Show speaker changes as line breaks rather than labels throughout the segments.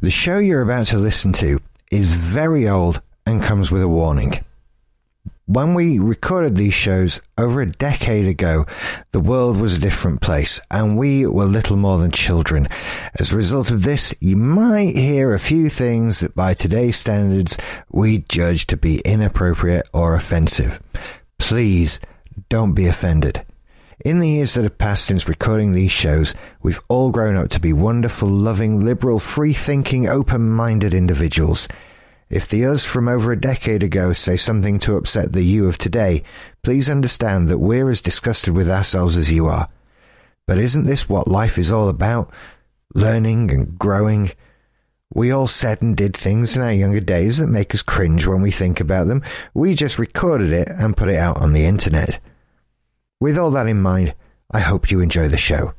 The show you're about to listen to is very old and comes with a warning. When we recorded these shows over a decade ago, the world was a different place and we were little more than children. As a result of this, you might hear a few things that by today's standards we judge to be inappropriate or offensive. Please don't be offended. In the years that have passed since recording these shows, we've all grown up to be wonderful, loving, liberal, free thinking, open minded individuals. If the us from over a decade ago say something to upset the you of today, please understand that we're as disgusted with ourselves as you are. But isn't this what life is all about? Learning and growing. We all said and did things in our younger days that make us cringe when we think about them. We just recorded it and put it out on the internet. With all that in mind, I hope you enjoy the show.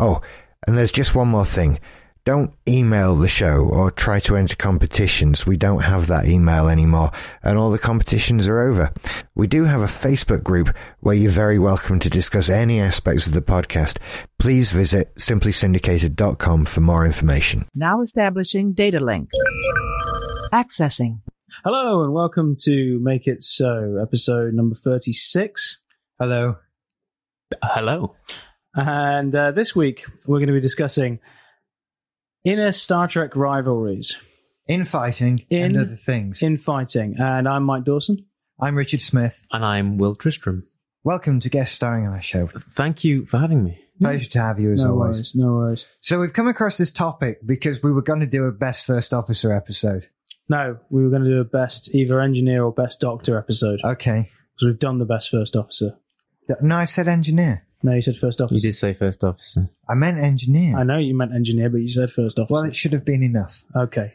Oh, and there's just one more thing. Don't email the show or try to enter competitions. We don't have that email anymore, and all the competitions are over. We do have a Facebook group where you're very welcome to discuss any aspects of the podcast. Please visit simplysyndicated.com for more information.
Now establishing data link. Accessing.
Hello and welcome to Make It So, episode number 36.
Hello.
Hello.
And uh, this week we're going to be discussing inner Star Trek rivalries
Infighting and
In-
other things.
in fighting. And I'm Mike Dawson.
I'm Richard Smith.
And I'm Will Tristram.
Welcome to guest starring on our show.
Thank you for having me.
Pleasure to have you as
Mm-hmm. no
always.
worries, no worries.
So we've come across this topic because we were going to do a best first officer episode.
No, we were going to do a best either engineer or best doctor episode
Okay.
because we've done the best first officer.
No, I said engineer.
No, you said first
You
officer.
did say first officer.
I meant engineer.
I know you meant engineer, but you said first officer.
well, it should have been enough.
okay.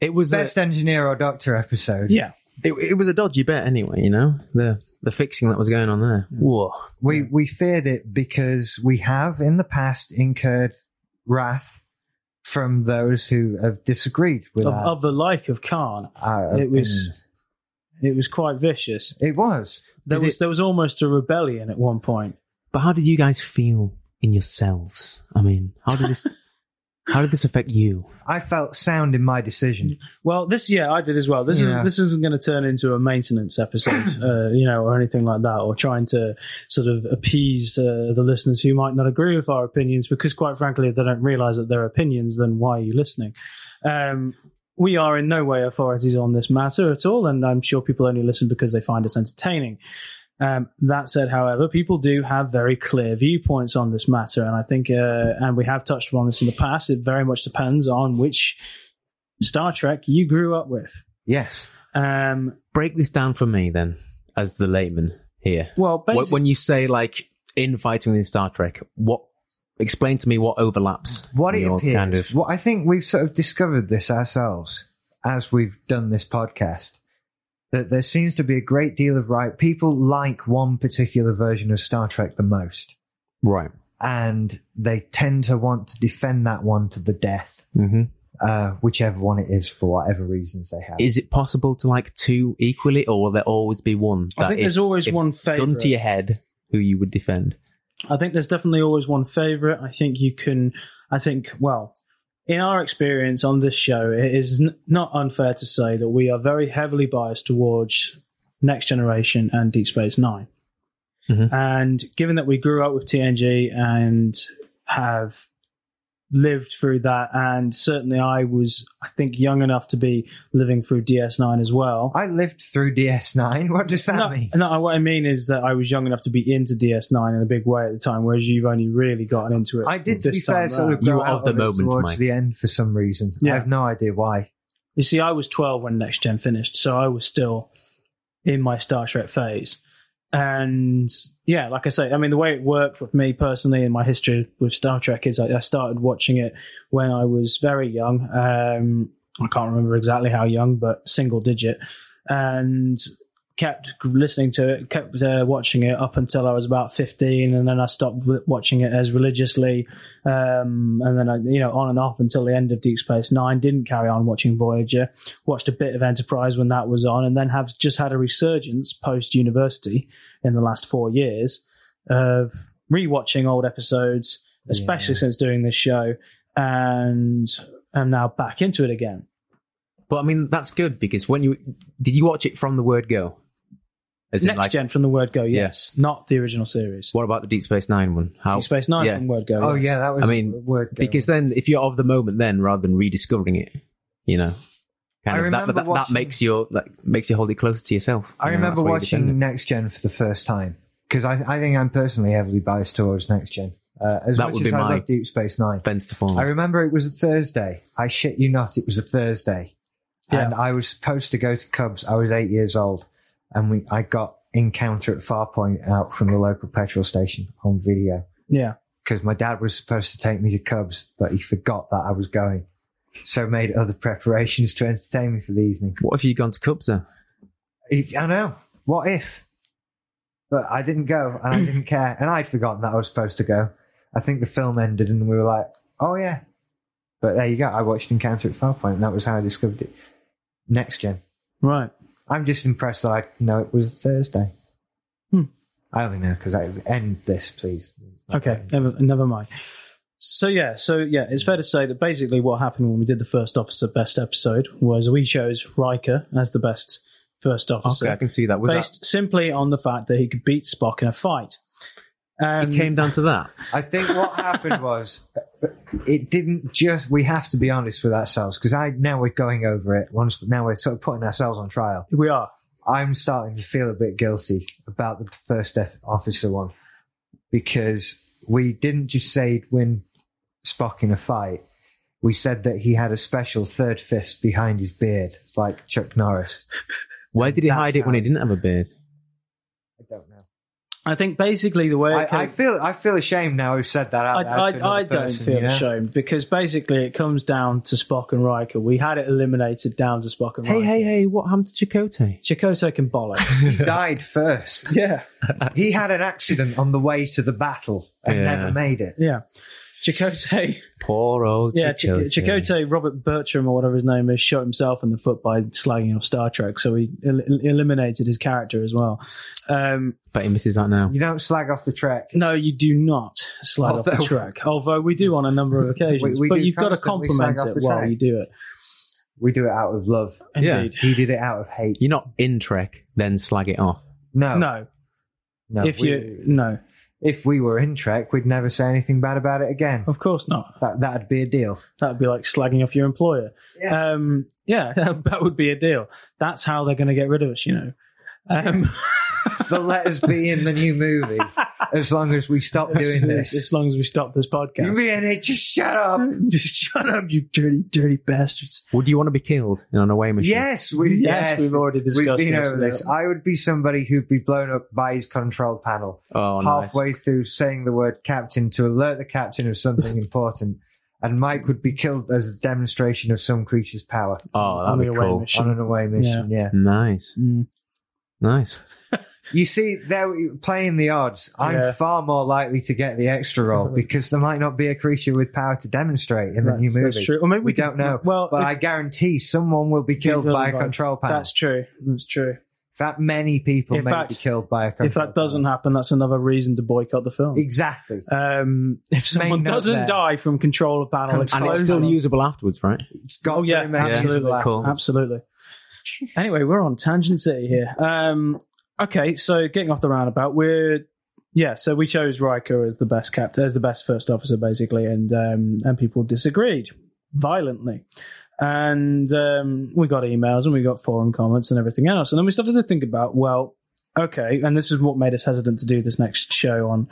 It was a,
Best engineer or doctor episode.
Yeah.
it, it was a dodgy bet anyway, you know? The the fixing that was going on there. Whoa.
We we feared it because we have in the past incurred wrath from those who have disagreed with
Of,
our,
of the like of Khan,
our
it was
opinions.
it was quite vicious.
it was
There
Did
was
it-
there was almost a rebellion at one point.
But how did you guys feel in yourselves? I mean, how did this how did this affect you?
I felt sound in my decision.
Well, this yeah, I did as well. This
Yeah.
is this isn't going to turn into a maintenance episode, uh, you know, or anything like that, or trying to sort of appease uh, the listeners who might not agree with our opinions, because quite frankly, if they don't realise that they're opinions, then why are you listening? Um, we are in no way authorities on this matter at all, and I'm sure people only listen because they find us entertaining. Um, that said, however, people do have very clear viewpoints on this matter, and I think, uh, and we have touched upon this in the past. It very much depends on which Star Trek you grew up with.
Yes.
Um,
Break this down for me then, as the layman here.
well,
Wh-
basically,
when you say like infighting within Star Trek, what explain to me what overlaps
What it
your
appears.
kind of
What I think we've sort of discovered this ourselves as we've done this podcast. That there seems to be a great deal of right. People like one particular version of Star Trek the most,
right.
and they tend to want to defend that one to the death,
Mm-hmm.
uh, whichever one it is, for whatever reasons they have.
Is it possible to like two equally, or will there always be one?
I
that
think
if-
there's always
if
one
Gun
favorite.
to your head, who you would defend?
I think there's definitely always one favorite. I think you can. I think well, in our experience on this show, it is n- not unfair to say that we are very heavily biased towards Next Generation and Deep Space 9
Mhm.
And given that we grew up with TNG and have lived through that, and certainly I was, I think, young enough to be living through DS9 as well.
I lived through DS9. What does that
no,
mean?
no, what I mean is that I was young enough to be into DS9 in a big way at the time, whereas you've only really gotten into it.
I did, to be
this
fair,
time
sort of
round.
You
grow
were
out
of the
of it
moment,
towards
Mike.
the end for some reason.
Yeah.
I have no idea why.
You see, I was 12 when Next Gen finished, so I was still in my Star Trek phase. And yeah, like I say, I mean, the way it worked with me personally in my history with Star Trek is I, I started watching it when I was very young. Um, I can't remember exactly how young, but single digit. And kept listening to it, kept uh, watching it up until I was about 15. And then I stopped w- watching it as religiously um, and then I, you know on and off until the end of Deep Space Nine. Didn't carry on watching Voyager. Watched a bit of Enterprise when that was on, and then have just had a resurgence post university in the last four years of rewatching old episodes, especially since doing this show, and am now back into it again.
But I mean, that's good because when you did you watch it from the word go? As in,
Next
like,
gen from the word go,
Yeah.
yes, not the original series.
what about the Deep Space Nine one? How
Deep Space Nine
yeah.
from word go.
Oh
yes.
yeah, that was.
I mean,
word game.
Because then, if you're of the moment, then rather than rediscovering it, you know, kind
I
of that,
remember
but that, that
watching-
makes your that makes you hold it closer to yourself.
I
You know,
remember
that's why you defend
watching
it.
Next Gen for the first time because I, I think I'm personally heavily biased towards Next Gen. Uh, as
That
much
would
as
be
I
my-
love Deep Space Nine,
Fence to fall.
I remember it was a Thursday. I shit you not, it was a Thursday,
Yeah.
and I was supposed to go to Cubs. I was eight years old, and we I got Encounter at Farpoint out from the local petrol station on video
yeah,
because my dad was supposed to take me to Cubs, but he forgot that I was going, so made other preparations to entertain me for the evening.
What if you gone to Cubs then?
It- I know. What if? But I didn't go and I didn't care. And I'd forgotten that I was supposed to go. I think the film ended and we were like, oh, yeah. But there you go. I watched Encounter at Farpoint and that was how I discovered it. Next gen.
right.
I'm just impressed that I know it was Thursday.
Hmm.
I only know because I end this, please.
Okay, never, never mind. So yeah, so yeah, it's fair to say that basically what happened when we did the first officer best episode was we chose Riker as the best first officer,
Okay, I can see that. Was
based simply on the fact that he could beat Spock in a fight.
that?
And
It came down to that.
I think what happened was uh, it didn't just. We have to be honest with ourselves because I now we're going over it once. Now we're sort of putting ourselves on trial.
we are
I'm starting to feel a bit guilty about the first F- officer one because we didn't just say he'd win Spock in a fight. We said that he had a special third fist behind his beard, like Chuck Norris.
Where did he
That's
hide it when he
how-
didn't have a beard?
I don't know.
I think basically the way it
I, I
came-
feel I feel ashamed now. I've said that out
I,
loud to another
I, I don't
person,
feel
you know?
ashamed because basically it comes down to Spock and Riker. We had it eliminated down to Spock and
Hey,
Riker.
hey, hey! What happened to Chakotay?
Chakotay can bollocks.
He died first.
yeah,
he had an accident on the way to the battle and
Yeah.
never made it.
yeah. Chakotay,
Poor old
yeah. Ch-
Chakotay.
Chakotay, Robert Bertram or whatever his name is, shot himself in the foot by slagging off Star Trek, so he el- el- eliminated his character as well. Um,
Bet he misses that now.
You don't slag off the track.
no, you do not slag off the
Although-
track, although we do on a number of occasions.
Oh, we
but
do
you've got to
constantly
compliment
slag off
it
the
while
track.
you do it.
We do it out of love.
Yeah.
Indeed.
He did it out of hate.
You're not in Trek, then slag it off.
No,
No,
no.
if
Oh. we,
you no,
if we were in Trek, we'd never say anything bad about it again.
of course not.
That that'd be a deal.
That'd be like slagging off your employer. Yeah, um, yeah that would be a deal. That's how they're going to get rid of us, you know. Um,
They'll let us be in the new movie as long as we stop doing
as
this.
long as we stop this podcast.
You mean it? Just shut up.
Just shut up, you dirty, dirty bastards.
Would you want to be killed in an away machine?
Yes, we,
Yes,
yes,
we've already discussed
been
this
over
a
this.
little.
I would be somebody who'd be blown up by his control panel.
Oh, nice.
halfway through saying the word captain to alert the captain of something important, and Mike would be killed as a demonstration of some creature's power
Oh,
On
that'd
the
be
away
cool.
machine.
on an away mission. Yeah.
Nice,
Mm.
nice.
You see, there playing the odds. I'm
Yeah.
far more likely to get the extra roll because there might not be a creature with power to demonstrate in the
That's,
new movie.
that's true. Or maybe
We
could-
don't know.
Well,
but
if-
I guarantee someone will be killed by a control panel.
That's true. That's true.
that many people
In
may
fact,
be killed by a control
If that doesn't
panel.
happen, that's another reason to boycott the film.
Exactly.
Um, if someone
note
doesn't
there.
die from control of battle
And
And
explosion,
it's still usable afterwards, right?
It's got
Oh
to
yeah,
remain
absolutely,
usable after
Cool.
absolutely. anyway, we're on tangent city here. Um, okay, so getting off the roundabout, we're yeah. So we chose Riker as the best captain, as the best first officer, basically, and um, and people disagreed violently, and um, we got emails and we got forum comments and everything else, and then we started to think about well. Okay, and this is what made us hesitant to do this next show on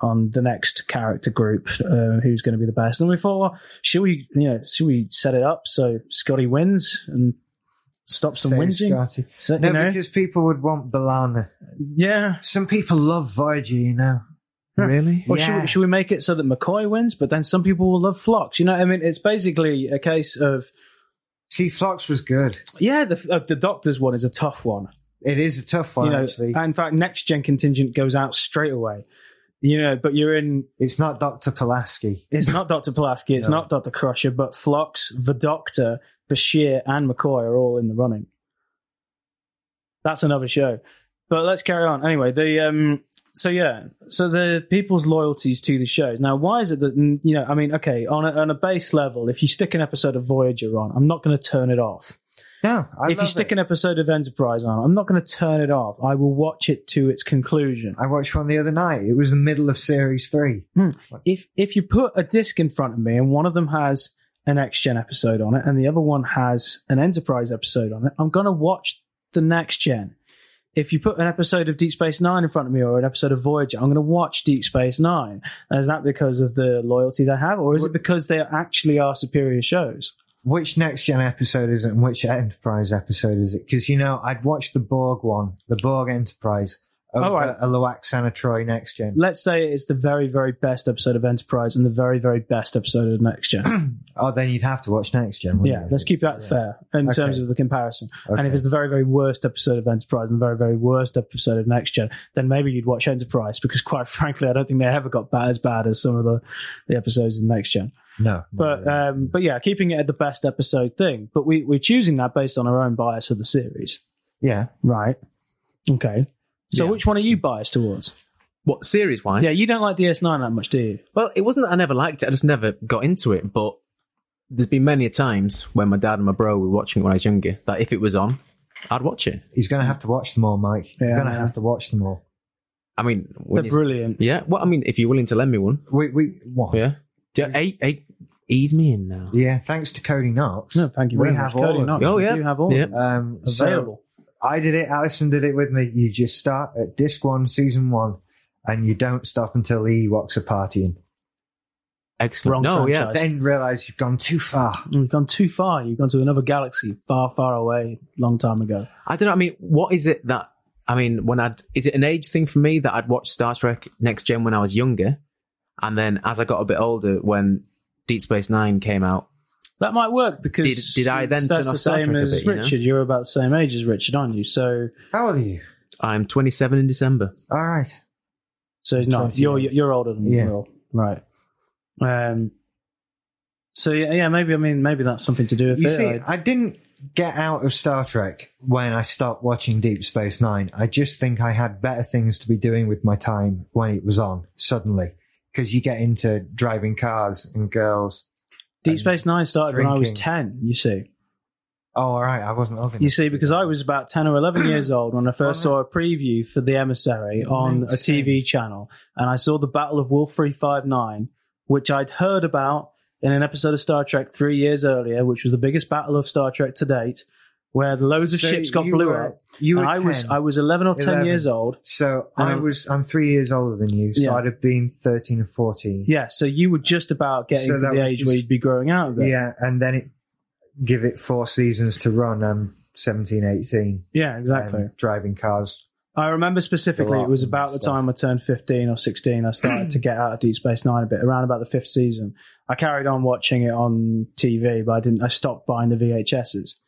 on the next character group, uh, who's going to be the best. And we thought, well, should we, you know, should we set it up so Scotty wins and stop some
Save
whinging?
Scotty.
So,
No,
you know,
because people would want Balana.
yeah.
Some people love Voyager, you know.
Really?
Or should,
Yeah.
we, should we make it so that McCoy wins, but then some people will love Flocks? You know, I mean, it's basically a case of
See, Flux was good.
yeah, the uh, the Doctor's one is a tough one.
It is a tough one,
you know,
actually.
in fact, next gen contingent goes out straight away. You know, but you're in.
It's not Dr. Pulaski.
It's not Doctor Pulaski, it's
No.
not Doctor Crusher, but Flocks, the Doctor, Bashir, and McCoy are all in the running. That's another show. But let's carry on. Anyway, the um, so yeah, so the people's loyalties to the shows. Now, why is it that mm, you know? I mean, okay, on a, on a base level, if you stick an episode of Voyager on, I'm not going to turn it off.
No, I
if you
love
stick
it.
an episode of Enterprise on, I'm not going to turn it off. I will watch it to its conclusion.
I watched one the other night. It was the middle of series three.
if if you put a disc in front of me and one of them has an X Gen episode on it and the other one has an Enterprise episode on it, I'm gonna watch the next gen. If you put an episode of Deep Space Nine in front of me or an episode of Voyager, I'm gonna watch Deep Space Nine. Now, Is that because of the loyalties I have, or is it because they actually are superior shows?
Which next gen episode is it, and which Enterprise episode is it? Because you know, I'd watched the Borg one, the Borg Enterprise, over
All right.
a Loak Sana Troy next gen.
Let's say it's the very, very best episode of Enterprise and the very, very best episode of Next Gen.
Oh, then you'd have to watch next gen. wouldn't
Yeah,
you?
let's keep that fair in
Okay.
terms of the comparison. And if
Okay.
it's the very, very worst episode of Enterprise and the very, very worst episode of Next Gen, then maybe you'd watch Enterprise because, quite frankly, I don't think they ever got bad as bad as some of the, the episodes in Next Gen.
No,
But um, but yeah, keeping it at the best episode thing. But we we're choosing that based on our own bias of the series,
yeah,
right? Okay. So
Yeah.
which one are you biased towards?
What series wise?
Yeah, you don't like DS9 that much, do you?
Well, it wasn't that I never liked it. I just never got into it. But there's been many a times when my dad and my bro were watching it when I was younger that if it was on, I'd watch it.
he's going to have to watch them all, Mike.
Yeah,
You're going to
man.
have to watch them all.
I mean,
They're
when you-
brilliant.
Yeah. Well, I mean, if you're willing to lend me one,
We we what?
yeah. Yeah. Eight, eight, ease me in now.
Yeah, thanks to Cody Knox.
No, thank you
We
very much.
have all
Cody
of
Knox,
them. Oh,
we
yeah.
do have all of
Yeah.
them
Um, so
available.
I did it. Alison did it with me. You just start at disc one, season one, and you don't stop until the Ewoks are partying.
Excellent.
Wrong
no,
franchise.
Then realise you've gone too far.
You've gone too far. You've gone to another galaxy, far, far away, long time ago.
yeah. I don't know. I mean, what is it that I mean? When I'd is it an age thing for me that I'd watched Star Trek Next Gen when I was younger, and then as I got a bit older, when Deep Space Nine came out,
That might work because
Did- did I then
that's
turn
the
off Star
same
Trek a
as
bit, you know?
Richard. You are about the same age as Richard, aren't you? So,
How old are you?
I'm 27 in December.
All right.
so no,
28.
you're you're older than
Yeah.
Will, right? Um. So yeah, yeah, maybe I mean maybe that's something to do with
You
it.
see,
I-
I didn't get out of Star Trek when I stopped watching Deep Space Nine. I just think I had better things to be doing with my time when it was on suddenly. Because you get into driving cars and girls.
Deep Space Nine started when I was
drinking.
ten. You see,
Oh, all right. I wasn't old enough.
you see, because I was about ten or eleven years old when I first saw a preview for The Emissary on a
Makes
TV
sense.
channel, and I saw the Battle of Wolf Three Five Nine, which I'd heard about in an episode of Star Trek three years earlier, which was the biggest battle of Star Trek to date, where loads of
So
ships got
you
blew
were-
up.
You were
And I was
10.
I was eleven or ten
11.
years old.
So
And
I
I'm-
was. I'm three years older than you, so
Yeah.
I'd have been thirteen or fourteen.
Yeah, so you were just about getting
So
to
that
the
was
age where
just-
you'd be growing out of it.
Yeah, and then it give it four seasons to run. um, I'm 17, 18.
Yeah, exactly.
and um, driving cars.
I remember specifically
Go
it was
up
about
and
the
stuff.
time I turned 15 or 16. I started to get out of Deep Space Nine a bit, around about the fifth season. I carried on watching it on TV, but I didn't. I stopped buying the VHSs.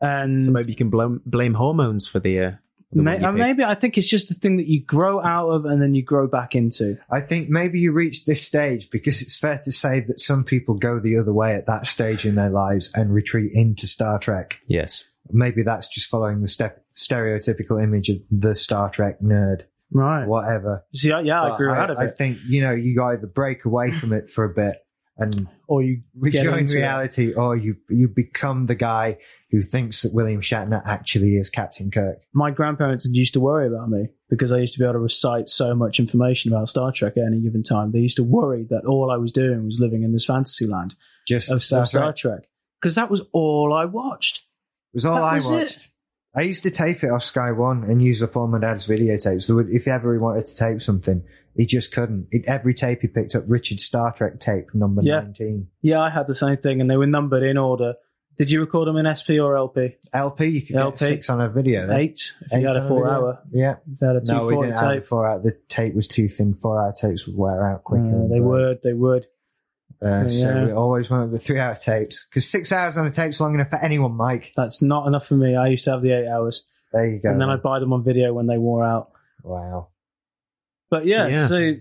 And
So maybe you can blame blame hormones for the. Uh, the
may-
one you
uh,
picked.
maybe I think it's just a thing that you grow out of and then you grow back into.
I think maybe you reach this stage because it's fair to say that some people go the other way at that stage in their lives and retreat into Star Trek.
Yes.
Maybe that's just following the step, stereotypical image of the Star Trek nerd,
Right.
whatever.
See, I, yeah, I
But
grew out of
I
it.
think you know you either break away from it for a bit and
or you get
rejoin
into it.
reality, or you you become the guy who thinks that William Shatner actually is Captain Kirk.
my grandparents had used to worry about me because I used to be able to recite so much information about Star Trek at any given time. They used to worry that all I was doing was living in this fantasy land
Just
of
the Star,
Star,
Trek.
Trek because that was all I watched.
was all
That
I
was it.
watched. I used to tape it off Sky One and use up all my dad's videotapes. So If ever he wanted to tape something, he just couldn't. It, every tape he picked up, Richard Star Trek tape number
Yeah.
nineteen
Yeah, I had the same thing, and they were numbered in order. Did you record them in SP or LP?
LP. You could
LP.
get six on a video. then.
Eight. If
Eight
you had
on
a four
video.
hour,
Yeah.
if you had a two
No, we
forty
didn't have
tape.
the four out. The tape was too thin. Four hour tapes would wear out quicker.
Uh, they
But,
would, they would.
Uh,
yeah.
So we always went with the three hour tapes because six hours on a tape's long enough for anyone, Mike.
That's not enough for me. I used to have the eight hours,
There you go.
and then I'd
then.
buy them on video when they wore out.
wow.
But yeah,
Yeah.
so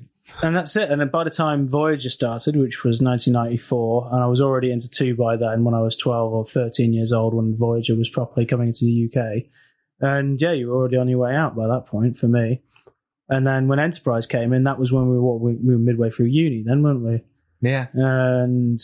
and that's it. And then by the time Voyager started, which was 1994, and I was already into two by then when I was 12 or 13 years old when Voyager was properly coming into the UK. And yeah, you were already on your way out by that point for me. And then when Enterprise came in, that was when we were what we, we were midway through uni, then weren't we?
Yeah.
And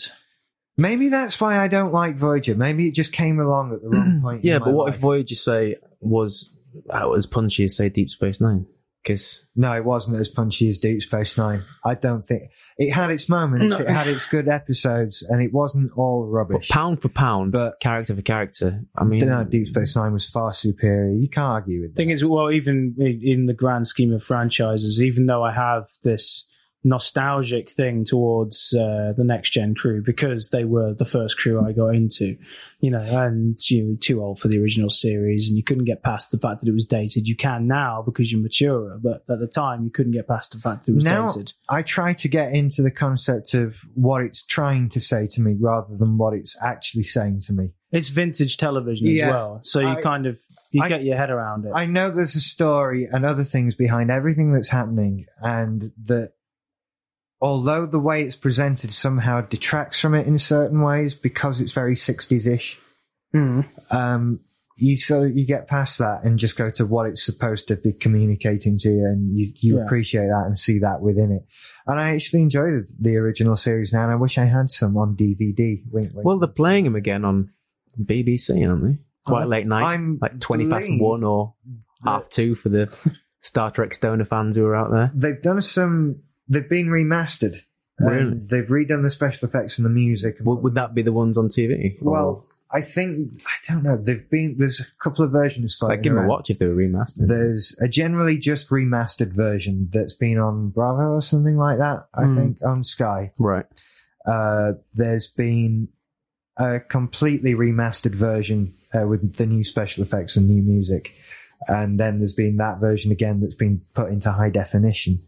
Maybe that's why I don't like Voyager. Maybe it just came along at the wrong point. in
Yeah,
my
but what
life.
if Voyager say was out as punchy as say Deep Space Nine? Because
No, it wasn't as punchy as Deep Space Nine. I don't think it had its moments. It had its good episodes, and it wasn't all rubbish.
pound for pound,
But-
character for character, I mean,
no, Deep Space Nine was far superior. You can't argue with that.
thing is, well, even in, in the grand scheme of franchises, even though I have this nostalgic thing towards uh, the next gen crew because they were the first crew I got into, you know, and you were too old for the original series and you couldn't get past the fact that it was dated. You can now because you're maturer, but at the time you couldn't get past the fact that it was
now
dated.
I try to get into the concept of what it's trying to say to me rather than what it's actually saying to me.
It's vintage television
Yeah.
as well, so you
I-
kind of you
I-
get your head around it.
I know there's a story and other things behind everything that's happening, and that although the way it's presented somehow detracts from it in certain ways because it's very 60s ish, um, you so you get past that and just go to what it's supposed to be communicating to you, and you, you
Yeah.
appreciate that and see that within it. And I actually enjoy the, the original series now, and I wish I had some on DVD. Wink, wink.
well, they're playing him again on BBC, aren't they? Quite
I'm-
late night,
I'm
like twenty past
believe
one or half two for the Star Trek stoner fans who are out there.
they've done some. They've been remastered. Um,
Really?
they've redone the special effects and the music. and-
Would, would that be the ones on TV? Or-
well, I think I don't know. They've been there's a couple of versions.
it's like
floating
give them a
around.
watch if they were remastered.
There's a generally just remastered version that's been on Bravo or something like that. I
Hmm.
think on Sky.
right.
Uh, there's been a completely remastered version uh, with the new special effects and new music, and then there's been that version again that's been put into high definition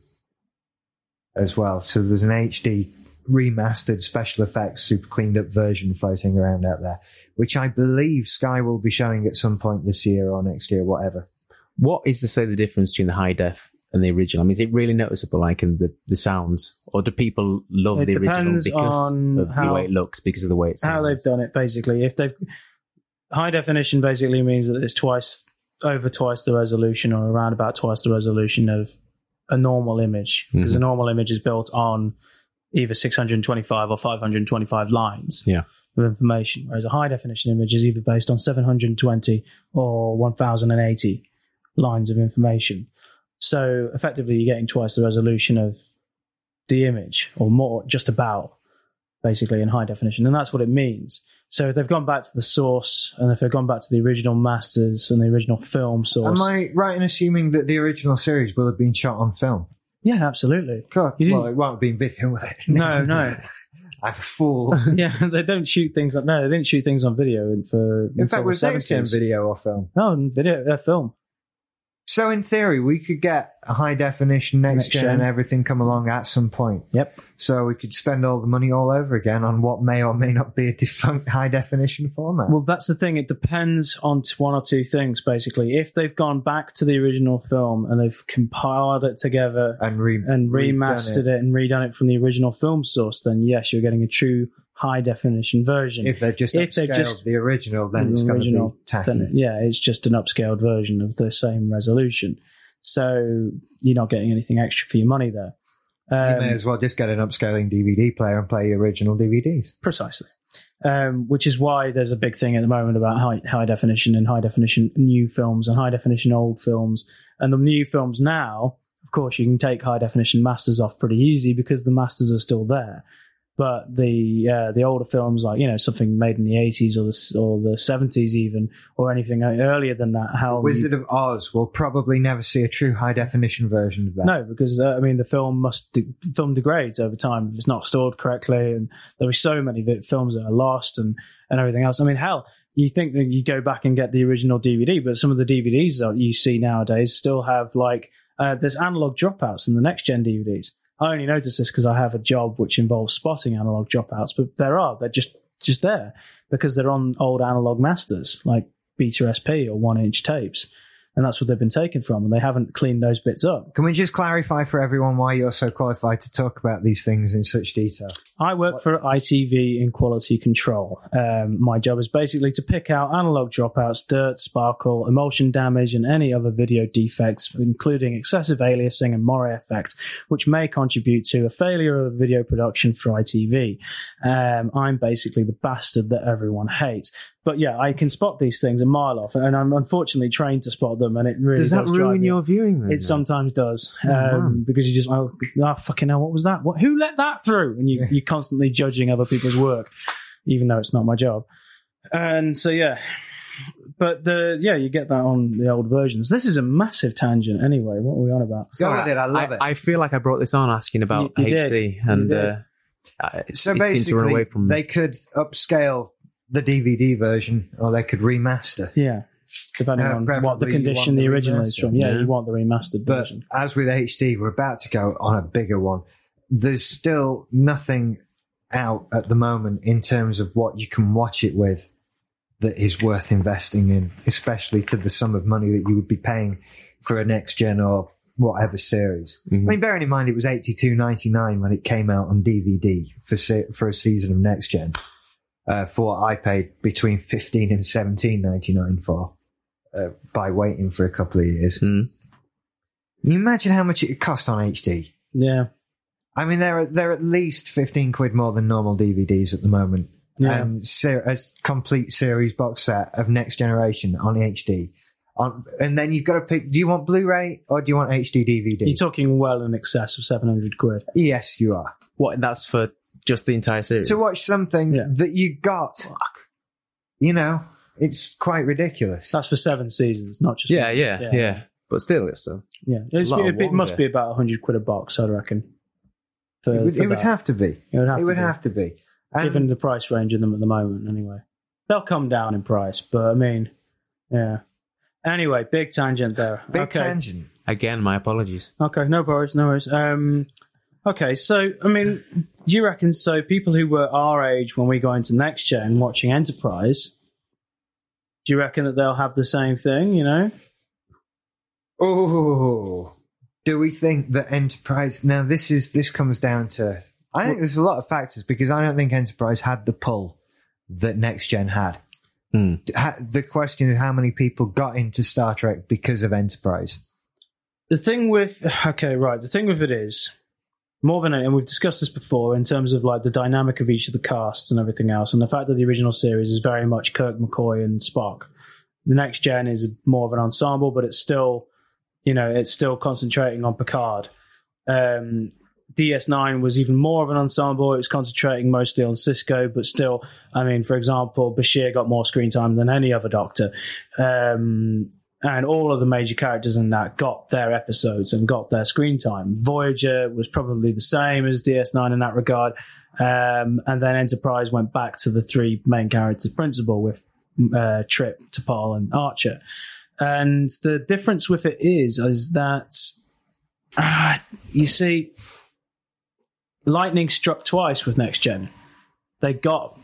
as well. So there's an HD remastered special effects super cleaned up version floating around out there, which I believe Sky will be showing at some point this year or next year, whatever.
What is to say the difference between the high def and the original? I mean, is it really noticeable, like in the, the sounds, or do people love
It
the original
depends
because
on
of the
how-
way it looks, because of the way it sounds?
how they've done it basically if they've high definition basically means that it's twice over twice the resolution or around about twice the resolution of a normal image because a normal image is built on either 625 or 525 lines
Yeah.
of information whereas a high definition image is either based on 720 or 1080 lines of information so effectively you're getting twice the resolution of the image or more just about basically in high definition and that's what it means so if they've gone back to the source and if they've gone back to the original masters and the original film source
Am I right in assuming that the original series will have been shot on film?
yeah absolutely
God,
You didn't-
well, it won't have been video, will it?
no no
I'm a fool.
yeah they don't shoot things on no they didn't shoot things on video in for
In fact, was
the
that in
70s.
video or film?
no in video uh, film
So in theory, we could get a high definition next,
Next
gen,
gen.
and everything come along at some point.
yep
So we could spend all the money all over again on what may or may not be a defunct high definition format.
Well, that's the thing. It depends on t- one or two things, basically. If they've gone back to the original film and they've compiled it together
and re-
and
redone
remastered it. and redone it from the original film source, then yes, you're getting a true high definition version.
If they've just
If
upscaled
they've just-
the original, then
the
it's going to
original,
be tacky.
then it- yeah, it's just an upscaled version of the same resolution. So you're not getting anything extra for your money there.
you may
Um,
as well just get an upscaling DVD player and play original DVDs.
precisely. Um, which is why there's a big thing at the moment about high, high definition and high definition new films and high definition old films. And the new films now, of course, you can take high definition masters off pretty easy because the masters are still there. But the uh, the older films, like you know, something made in the eighties or the s- or the seventies, even or anything earlier than that, how
Wizard of Oz will probably never see a true high definition version of that.
No, because uh, I mean the film must de- film degrades over time if it's not stored correctly, and there are so many vi- films that are lost and and everything else. I mean, hell, you think that you go back and get the original DVD, but some of the DVDs that you see nowadays still have like uh, there's analog dropouts in the next gen DVDs. I only noticed this because I have a job which involves spotting analog dropouts, but there are they're just just there because they're on old analog masters like Beta SP or one inch tapes. and that's what they've been taken from, and they haven't cleaned those bits up.
Can we just clarify for everyone why you're so qualified to talk about these things in such detail?
I work for ITV in quality control. Um, my job is basically to pick out analog dropouts, dirt, sparkle, emulsion damage, and any other video defects, including excessive aliasing and moire effect, which may contribute to a failure of video production for ITV. Um, I'm basically the bastard that everyone hates. But yeah, I can spot these things a mile off, and I'm unfortunately trained to spot them, and it really
Does
does,
that
drive
ruin
me
your viewing? Then,
It sometimes does
Oh,
um, because you just oh, oh fucking hell, what was that? What who let that through? And you you're constantly judging other people's work, even though it's not my job. And so yeah, but the yeah you get that on the old versions. This is a massive tangent anyway. What are we on about?
Go with it. I love
I,
it.
I feel like I brought this on asking about
You- you
HD,
did. You
and
did.
uh, I- it,
so
it seemed to run
basically,
away from me.
they could upscale the DVD version, or they could remaster.
Yeah, depending
Uh,
on what the
preferably you
condition
want
the
the
original is
remastered.
from. Yeah,
Yeah.
you want the remastered
But
version.
as with HD, we're about to go on a bigger one. There's still nothing out at the moment in terms of what you can watch it with that is worth investing in, especially to the sum of money that you would be paying for a next gen or whatever series. I mean, bearing in mind it was eighty two ninety nine when it came out on DVD for se- for a season of next gen. Uh, for what I paid between fifteen and seventeen ninety nine for, uh, by waiting for a couple of years.
Mm.
Can you imagine how much it would cost on HD?
Yeah,
I mean, they're they're at least fifteen quid more than normal DVDs at the moment.
Yeah.
Um, ser- a complete series box set of Next Generation on HD, on, and then you've got to pick: do you want Blu-ray or do you want HD DVD?
you're talking well in excess of seven hundred quid.
yes, you are
what? That's for just the entire series.
to watch something
Yeah.
that you got. You know, it's quite ridiculous.
That's for seven seasons, not just
yeah, yeah,
Yeah.
yeah, But still, it's uh,
Yeah, It's-
lot of
it, it must
wonder.
be about hundred quid a box, I'd reckon. For,
it would,
for
it would
that.
have to be.
It would have
It
to
would
be.
have to be. Um, And
given the price range of them at the moment. Anyway, they'll come down in price, but I mean, yeah. Anyway, big tangent there.
big
okay.
tangent.
again. My apologies.
Okay, no worries, no worries. Um, okay, so I mean, do you reckon so? People who were our age when we got into next gen watching Enterprise, do you reckon that they'll have the same thing? You know,
Oh, do we think that Enterprise? Now, this is this comes down to. I think there's a lot of factors because I don't think Enterprise had the pull that Next Gen had.
Hmm.
Ha- The question is how many people got into Star Trek because of Enterprise.
the thing with okay right the thing with it is more than and we've discussed this before in terms of like the dynamic of each of the casts and everything else and the fact that the original series is very much kirk mccoy and spock the next gen is more of an ensemble but it's still you know it's still concentrating on picard um DS9 was even more of an ensemble. It was concentrating mostly on Cisco, but still, I mean, for example, Bashir got more screen time than any other Doctor. Um, and all of the major characters in that got their episodes and got their screen time. Voyager was probably the same as DS9 in that regard, um, and then Enterprise went back to the three main characters principle with uh, Trip, T'Pol, and Archer. And the difference with it is, is that ah, you see, lightning struck twice with Next Gen. They got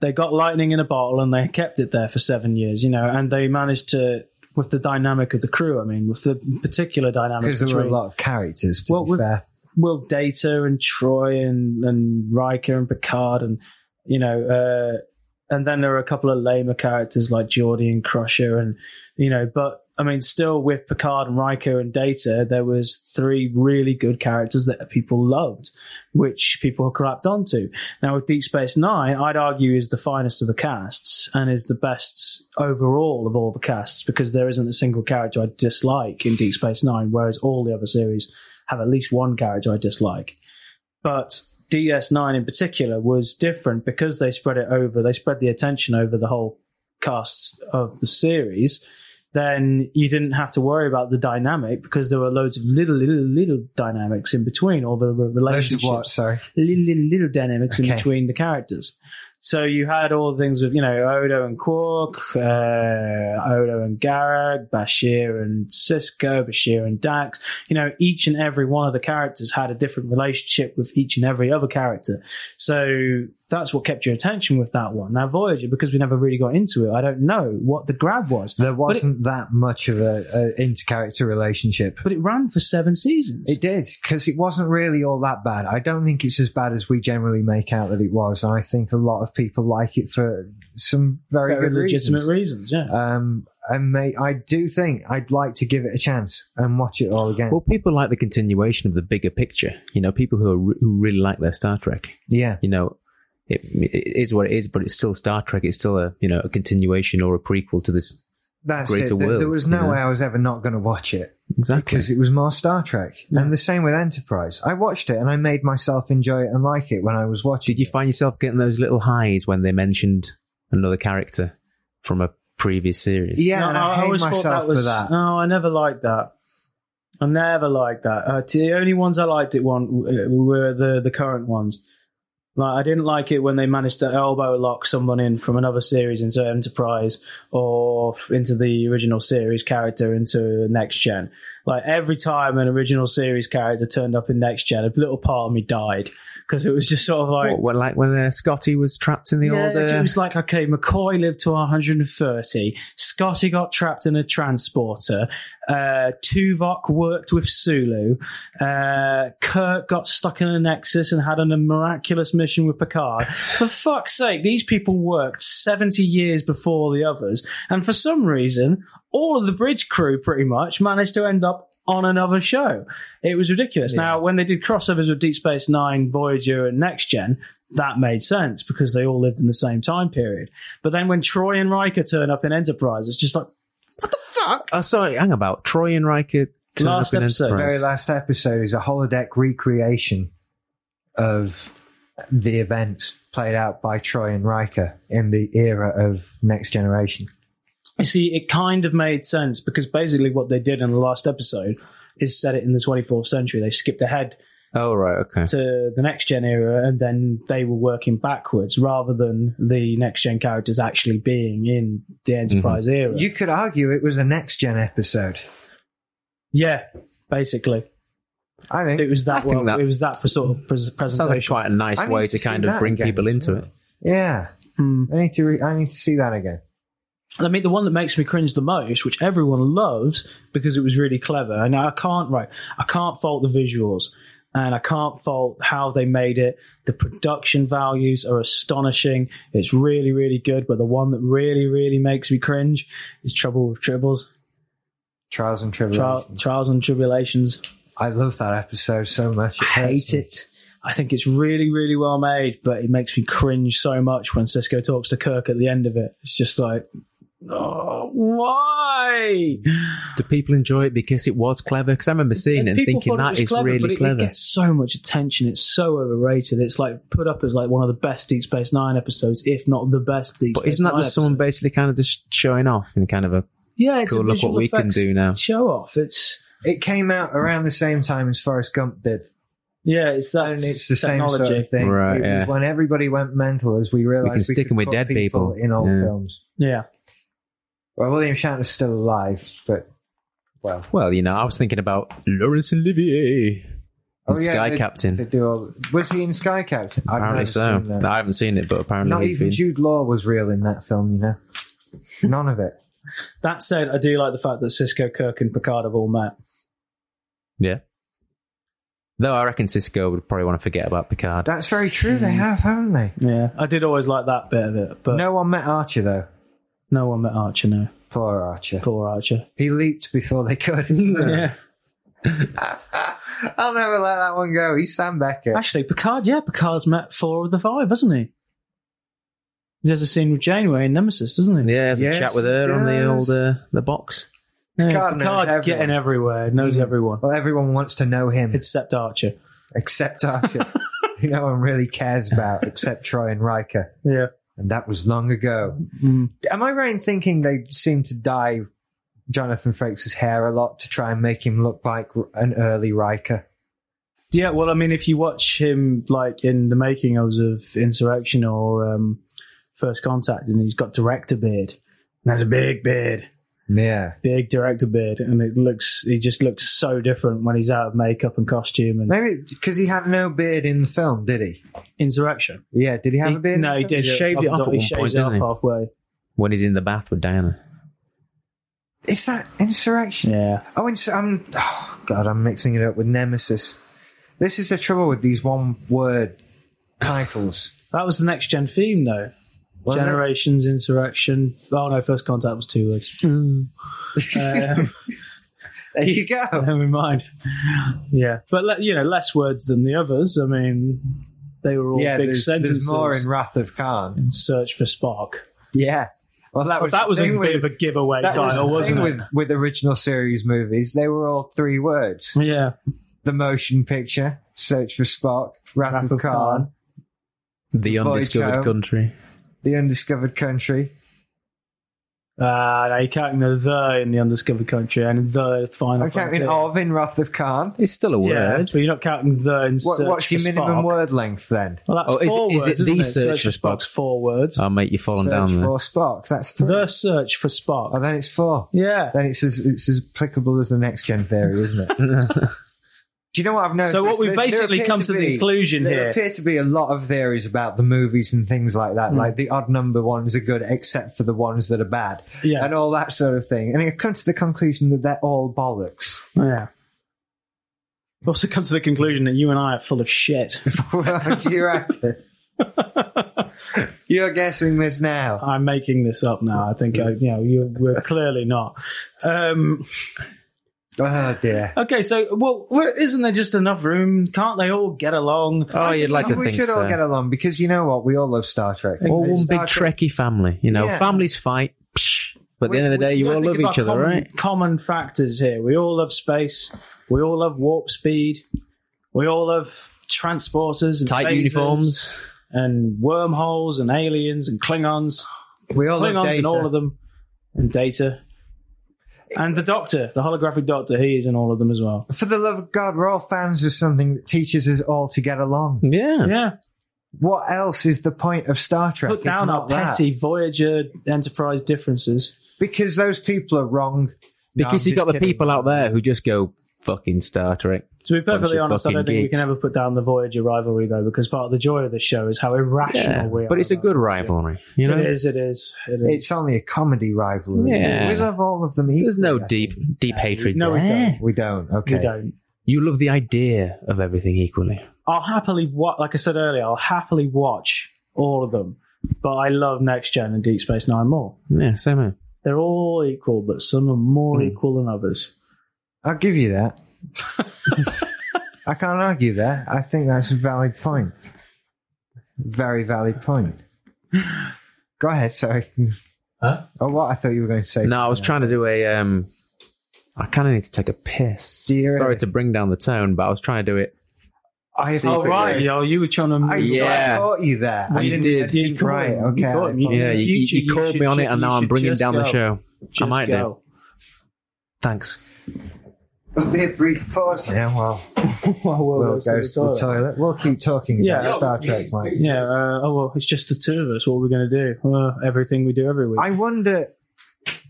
they got lightning in a bottle and they kept it there for seven years, you know, and they managed to with the dynamic of the crew. I mean, with the particular dynamic
Because there were a
between-
lot of characters, to
Well,
be
with-
fair.
well, Data and Troy and and Riker and Picard and you know, uh, and then there are a couple of lamer characters like Geordie and Crusher and you know, but I mean, still with Picard and Riker and Data, there was three really good characters that people loved, which people clapped onto. Now with Deep Space Nine, I'd argue is the finest of the casts and is the best overall of all the casts because there isn't a single character I dislike in Deep Space Nine, whereas all the other series have at least one character I dislike. But DS9 in particular was different because they spread it over, they spread the attention over the whole cast of the series. Then you didn't have to worry about the dynamic because there were loads of little, little, little dynamics in between, all the re-
Those
relationships
what? Sorry.
little, little, little dynamics in
Okay.
between the characters. So you had all the things with you know Odo and Quark, uh, Odo and Garag, Bashir and Cisco, Bashir and Dax. You know, each and every one of the characters had a different relationship with each and every other character. So that's what kept your attention with that one. Now Voyager, because we never really got into it, I don't know what the grab was,
There wasn't that much of a, a inter-character relationship.
but it ran for seven seasons.
It did because it wasn't really all that bad. I don't think it's as bad as we generally make out that it was, and I think a lot of people like it for some very,
very
good
legitimate
reasons.
reasons. yeah.
Um, and may, I do think I'd like to give it a chance and watch it all again.
Well, people like the continuation of the bigger picture. You know, people who are, re- who really like their Star Trek.
yeah,
You know, it, it is what it is, but it's still Star Trek. It's still a you know a continuation or a prequel to this.
that's it.
greater
There, there
world,
was no
you know?
way I was ever not going to watch it
Exactly.
because it was more Star Trek, and the same with Enterprise. I watched it and I made myself enjoy it and like it when I was watching.
Did you find yourself getting those little highs when they mentioned another character from a previous series?
it. Yeah, and I, hate
always thought
myself for that.
No, I never liked that. I never liked that. Uh, the only ones I liked it one uh, were the the current ones. Like I didn't like it when they managed to elbow lock someone in from another series into Enterprise or f- into the original series character into Next Gen. Like every time an original series character turned up in Next Gen, a little part of me died because it was just sort of like
What, what, like when uh, Scotty was trapped in the old.
so
Uh,
it was like, okay, McCoy lived to 130. Scotty got trapped in a transporter. Uh, Tuvok worked with Sulu. Uh, Kirk got stuck in a Nexus and had a miraculous mission with Picard. For fuck's sake, these people worked 70 years before the others. And for some reason, all of the bridge crew pretty much managed to end up on another show. It was ridiculous. Now, when they did crossovers with Deep Space Nine, Voyager, and Next Gen, that made sense because they all lived in the same time period. But then when Troy and Riker turn up in Enterprise, it's just like, what the fuck?
oh, sorry, hang about. Troy and Riker. turned
Last
up in
episode.
Enterprise.
very last episode is a holodeck recreation of the events played out by Troy and Riker in the era of Next Generation.
You see, it kind of made sense because basically what they did in the last episode is set it in the 24th century. They skipped ahead
Oh right, okay.
to the next gen era and then they were working backwards rather than the next gen characters actually being in the Enterprise era.
You could argue it was a Next Gen episode.
yeah, basically.
I
It
think.
was that,
I think
well,
that-
it was that for sort of pres-
Sounds like
presentation.
quite a nice
I need
way
to
to
see
kind of
that
bring
again
people
as
into
well.
it.
Yeah,
Hmm.
I need to. Re- I need to see that again.
I mean, the one that makes me cringe the most, which everyone loves because it was really clever, and I can't right, I can't fault the visuals, and I can't fault how they made it. The production values are astonishing; it's really, really good. But the one that really, really makes me cringe is Trouble with Tribbles,
Trials and
Trial,
Tribulations.
Trials and Tribulations.
I love that episode so much. It
I
hurts
hate
me.
it. I think it's really, really well made, but it makes me cringe so much when Cisco talks to Kirk at the end of it. It's just like, oh, why?
Do people enjoy it because it was clever? Because I remember seeing it and
people
thinking
thought it
that
was
is
clever, but
really
it,
clever.
It gets so much attention. It's so overrated. It's like put up as like one of the best Deep Space Nine episodes, if not the best Deep
but
Space
isn't that
Nine
just someone
episode.
basically kind of just showing off and kind of a
Yeah, it's
cool,
a
look
visual
what we can
effects
do now.
Show off. It's
It came out around the same time as Forrest Gump did,
yeah, it's that
and it's the
technology.
same sort of thing.
Right,
It was
yeah.
When everybody went mental, as we realized,
can stick 'em with dead people.
in old
Yeah.
films.
Yeah,
Well, William Shatner's still alive, but well,
well, you know, I was thinking about Laurence Olivier, and Sky
Oh, they-
Captain.
they do all- was he in Sky Captain? I've
apparently
never
so.
seen that.
I haven't seen it, but apparently
Not
he'd
even
been-
Jude Law was real in that film, you know. None of it.
that said, I do like the fact that Cisco, Kirk, and Picard have all met.
yeah. Though I reckon Cisco would probably want to forget about Picard.
That's very true.
Hmm.
They have, haven't they?
Yeah, I did always like that bit of it, but no,
No one met Archer though.
one met Archer. No,
Poor Archer.
poor Archer.
He leaped before they could.
Yeah,
I'll never let that one go. He's Sam Beckett.
actually, Picard. Yeah, Picard's met four of the five, hasn't he? There's a scene with Janeway in Nemesis, isn't it?
yeah, has
Yes,
a chat with her
he
on the
does.
old uh, the box.
Yeah,
Picard
Picard,
knows everyone.
getting everywhere, knows everyone
Well, everyone wants to know him
except Archer.
except Archer. who no one really cares about except Troy and Riker.
Yeah,
And that was long ago. Am I right in thinking they seem to dye Jonathan Frakes' hair a lot to try and make him look like an early Riker?
yeah. Well, I mean, if you watch him like in the making ofs of Insurrection or um, First Contact, and he's got director beard. And has a big beard,
Yeah.
big director beard, and it looks he just looks so different when he's out of makeup and costume and
Maybe because he had no beard in the film, did he?
Insurrection.
Yeah, did he have
He-
a beard? in
no,
the
he
film?
did.
He shaved it
Up
off
until
at
He
one
shaves
point,
it
didn't
off
he?
halfway.
when he's in the bath with Diana.
Is that insurrection?
Yeah,
Oh, and so I'm. Oh God, I'm mixing it up with Nemesis. This is the trouble with these one-word titles.
that was the next gen theme though.
Was it?
Generations, Insurrection. Oh no, First Contact was two words.
Hmm.
um,
There you go.
never mind. Yeah, but le- you know, less words than the others. I mean, they were all
Yeah,
big
there's,
sentences.
there's more in Wrath of Khan.
Search for Spark.
Yeah. Well, that was
that
the
was a
thing
bit
with,
of a giveaway
that was
title,
the
was
thing
not it?
with with original series movies. They were all three words:
yeah,
the motion picture, search for Spock, Wrath,
Wrath
of,
of
Khan,
Khan.
The
Voyage
undiscovered
home.
country.
the undiscovered country.
uh, no, you're counting the the in the undiscovered country and the final.
I'm counting
frontier.
of in Wrath of Khan.
It's still a
Yeah,
word.
but you're not counting the in
What,
search
what's your
for
minimum
Spark.
word length then?
Well, that's
Oh, is it-
four
is it
words.
the
isn't
search for Spock?
Spock's Four words.
I'll make you fallen down
Search
there.
for Spock. That's three.
the search for Spock.
Oh, then it's four.
yeah.
Then it's as it's as applicable as the next gen theory, isn't it? Do you know what I've noticed?
So what we've
There's- there
basically
appear
come to the
be-
conclusion
there
here-
appear to be a lot of theories about the movies and things like
Hmm.
that. Like the odd number ones are good, except for the ones that are bad,
Yeah.
and all that sort of thing. And it comes to the conclusion that they're all bollocks.
Yeah. We also come to the conclusion that you and I are full of shit.
what do you reckon? You're guessing this now.
I'm making this up now. I think I, you know you, we're clearly not. Um,
Oh dear.
okay, so well, well, isn't there just enough room? Can't they all get along?
Oh, you'd like to
we
think
should
so.
all get along because you know what? We all love Star Trek.
All one
Star
big
Trek-
Trekkie family. You know,
Yeah.
families fight. Psh. But at the
We-
end of the day,
we-
you
I
all
think
love
about
each other,
common,
right?
Common factors here. We all love space. We all love warp speed. We all love transporters and
Tight
phasers
uniforms.
and wormholes and aliens and Klingons.
We all love
Klingons
data.
and all of them, and Data, and the Doctor, the holographic Doctor. He is in all of them as well.
For the love of God, we're all fans of something that teaches us all to get along.
Yeah.
Yeah,
What else is the point of Star Trek?
put
if
down
not
our
that?
petty Voyager Enterprise differences.
Because those people are wrong. No, I'm
Because
just
you've got the
kidding.
people out there who just go fucking Star Trek.
To be
Bunch
perfectly
of
honest, I don't
fucking
think we
geeks.
can ever put down the Voyager rivalry though, because part of the joy of the show is how irrational
Yeah.
we are.
But it's a
about
good
it.
rivalry, you know?
It is. It is. It is.
It's only a comedy rivalry.
Yeah.
We love all of them.
There's
equally,
no
I think.
deep deep hatred.
no, we
there.
don't.
We don't. Okay.
We don't.
You love the idea of everything equally.
I'll happily watch. Like I said earlier, I'll happily watch all of them, but I love Next Gen and Deep Space Nine more.
Yeah, same here.
They're all equal, but some are more
Hmm.
equal than others.
I'll give you that. I can't argue that. I think that's a valid point. Very valid point. Go ahead. Sorry.
Huh?
Oh, what? I thought you were going to say.
No, I was trying to do a. Um, I kind of need to take a piss.
Do you really?
Sorry to bring down the tone, but I was trying to do it.
I
Oh,
Oh
Secret
right,
race.
yo, you were trying to.
I, yeah.
Yeah.
I caught you there.
You did.
You caught
Right,
him. You
okay,
caught him. You-
Yeah, you, you,
should-
you called
should
me on it,
ju-
and
you
now I'm
should
bringing
just
down the
go.
show. I
Just
might do.
go.
Thanks.
There'll be a brief pause. Yeah, well,
Well, well,
Will
goes to the
goes to the
toilet.
toilet. We'll keep talking about
Yeah.
Star Trek, mate.
Yeah. Uh, oh well, it's just the two of us. What are we going to do? Uh, everything we do every week.
I wonder.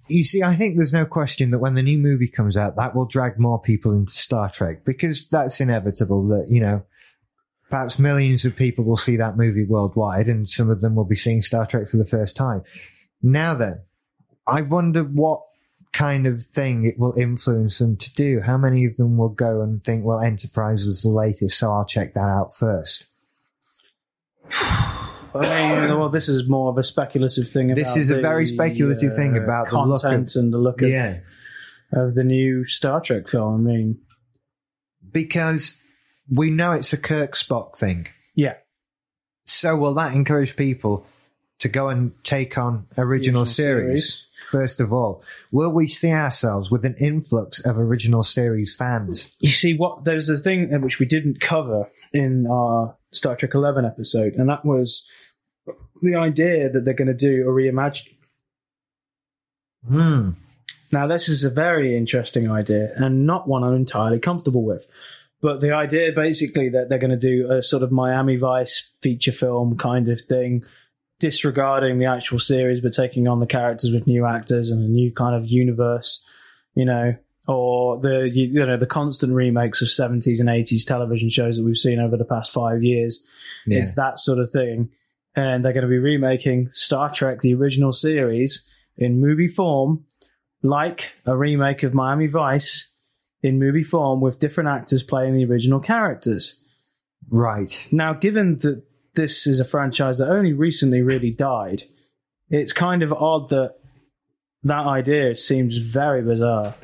You see, I think there's no question that when the new movie comes out, that will drag more people into Star Trek because that's inevitable. That you know, perhaps millions of people will see that movie worldwide, and some of them will be seeing Star Trek for the first time. Now then, I wonder what kind of thing it will influence them to do. How many of them will go and think, "Well, Enterprise was the latest, so I'll check that out first.
I mean, well, this is more of a speculative thing. About
This is a
the,
very speculative
uh,
thing about the look
content
of-
and the look of, of the new Star Trek film. I mean,
because we know it's a Kirk Spock thing.
yeah,
So will that encourage people to go and take on original,
Original
series,
series.
First of all, will we see ourselves with an influx of original series fans?
you see, what there's a thing uh, which we didn't cover in our Star Trek Eleven episode, and that was the idea that they're going to do a reimagine.
Hmm.
Now, this is a very interesting idea and not one I'm entirely comfortable with. But the idea basically that they're going to do a sort of Miami Vice feature film kind of thing, disregarding the actual series but taking on the characters with new actors and a new kind of universe, you know, or the you, you know the constant remakes of 70s and 80s television shows that we've seen over the past 5 years.
Yeah.
It's that sort of thing. And they're going to be remaking Star Trek the original series in movie form like a remake of Miami Vice in movie form with different actors playing the original characters.
Right.
Now, given that this is a franchise that only recently really died, it's kind of odd that that idea seems very bizarre.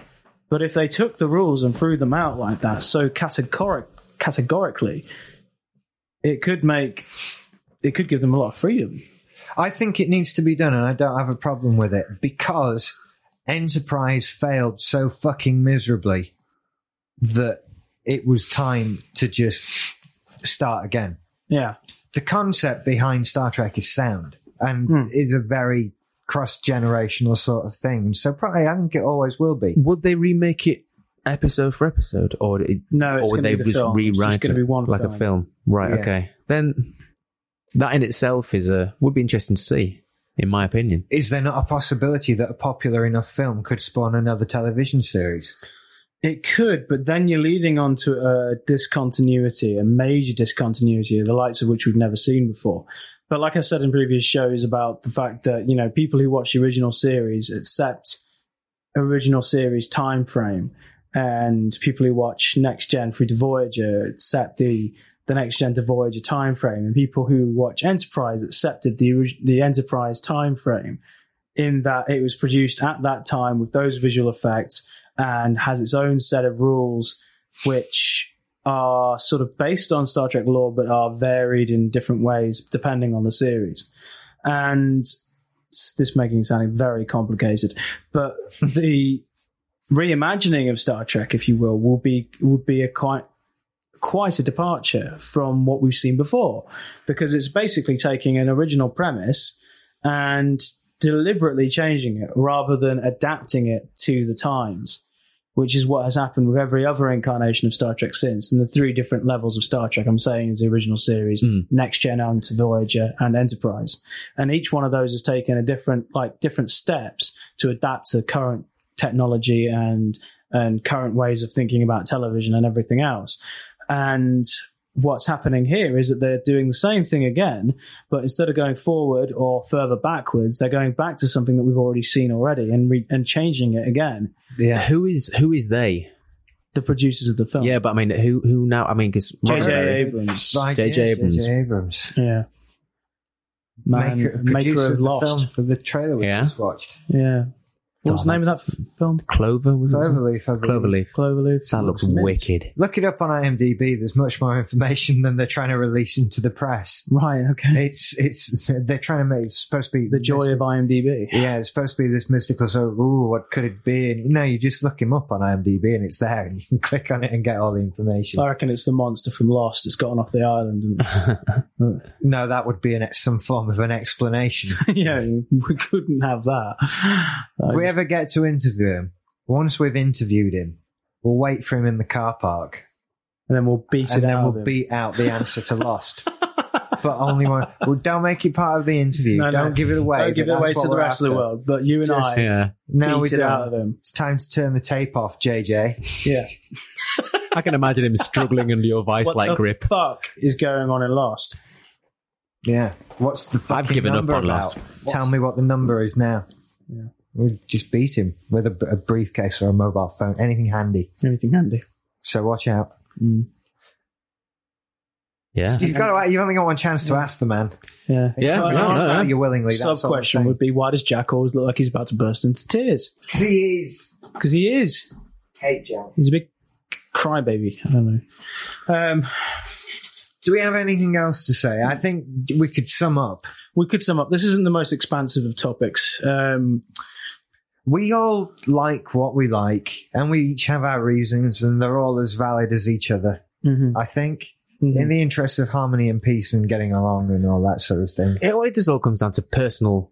But if they took the rules and threw them out like that so categoric, categorically, it could make it could give them a lot of freedom.
I think it needs to be done, and I don't have a problem with it because Enterprise failed so fucking miserably that it was time to just start again.
Yeah,
The concept behind Star Trek is sound and
Hmm.
is a very cross generational sort of thing. So probably, I think it always will be.
Would they remake it episode for episode, or it,
No, it's
or would
gonna
they
be the
just
film. It's just
rewrite
gonna
it
be one
like
film.
a film? Right.
Yeah.
Okay. Then that in itself is a would be interesting to see, in my opinion.
Is there not a possibility that a popular enough film could spawn another television series?
It could, but then you're leading on to a discontinuity, a major discontinuity, the likes of which we've never seen before. But like I said in previous shows about the fact that, you know, people who watch the original series accept original series time frame and people who watch next gen through to Voyager accept the the next gen to Voyager time frame and people who watch Enterprise accepted the orig- the Enterprise time frame in that it was produced at that time with those visual effects and has its own set of rules which are sort of based on Star Trek lore but are varied in different ways depending on the series. And s- this making it sounding very complicated, but the reimagining of Star Trek, if you will, will be would be a quite quite a departure from what we've seen before because it's basically taking an original premise and deliberately changing it rather than adapting it to the times, which is what has happened with every other incarnation of Star Trek since. And the three different levels of Star Trek I'm saying is the original series, Next Gen and to Voyager and Enterprise. And each one of those has taken a different, like different steps to adapt to current technology and, and current ways of thinking about television and everything else. And what's happening here is that they're doing the same thing again, but instead of going forward or further backwards, they're going back to something that we've already seen already and re- and changing it again.
Yeah.
Who is who is they?
The producers of the film,
Yeah, but I mean, who who now? I mean, because
J.J. Abrams,
Like, yeah,
J.J. Abrams.
J.J. Abrams.
yeah, man,
maker,
maker,
producer
of
the film
Lost,
for the trailer we
Yeah.
just watched.
yeah. What was the name of that f- film?
Clover was it?
Cloverleaf, I believe.
Cloverleaf.
Cloverleaf.
That looks
Smith?
wicked.
Look it up on IMDb. There's much more information than they're trying to release into the press.
Right. Okay.
It's it's they're trying to make it's supposed to be
The joy of IMDb.
yeah it's supposed to be this mystical so ooh what could it be and no you just look him up on IMDb and it's there and you can click on it and get all the information.
I reckon it's the monster from Lost. It's gotten off the island. And,
No, that would be an ex- some form of an explanation.
yeah, we couldn't have that.
if we ever get to interview him, once we've interviewed him, we'll wait for him in the car park
and then we'll beat
and
it
then
out. of
we'll
him.
beat out the answer to Lost. but only one. Well, don't make it part of the interview.
No, no.
don't give it away.
Don't give
but
it away
that's what
to the
we're
rest of the
after.
world. But you and I
Yeah,
Now we
beat it
don't.
out of him.
It's time to turn the tape off, JJ.
Yeah.
I can imagine him struggling under your vice
what the
like grip.
fuck is going on in Lost?
Yeah. What's the fucking
given up
number
on
about?
Lost.
Tell me what the number is now. We just beat him with a, a briefcase or a mobile phone, anything handy.
Anything handy?
So watch out.
Yeah,
You've got to, you've only got one chance to ask the man.
Yeah.
Yeah,
Well,
no,
I'll-
Oh, no,
Are you willingly?
Sub question would be why does Jack always look like he's about to burst into tears?
please
Because he is.
hate Jack.
He's a big crybaby. I don't know. Um,
Do we have anything else to say? I think we could sum up.
we could sum up. This isn't the most expansive of topics. Um,
We all like what we like, and we each have our reasons, and they're all as valid as each other.
mhm.
I think,
Mhm.
in the interest of harmony and peace and getting along and all that sort of thing.
it, well, it just all comes down to personal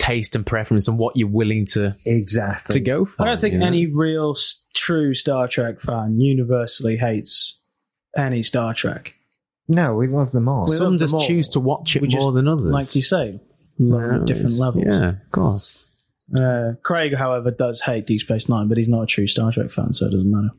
taste and preference and what you're willing to
Exactly.
to go for.
I don't think
you know?
any real s- true Star Trek fan universally hates any Star Trek.
No, we love them all.
We
Some
love
just
them all.
choose to watch it
We just-
more than others.
Like you say, learn at
Nice.
different levels.
Yeah, of course.
Uh, Craig, however, does hate Deep Space Nine, but he's not a true Star Trek fan, so it doesn't matter.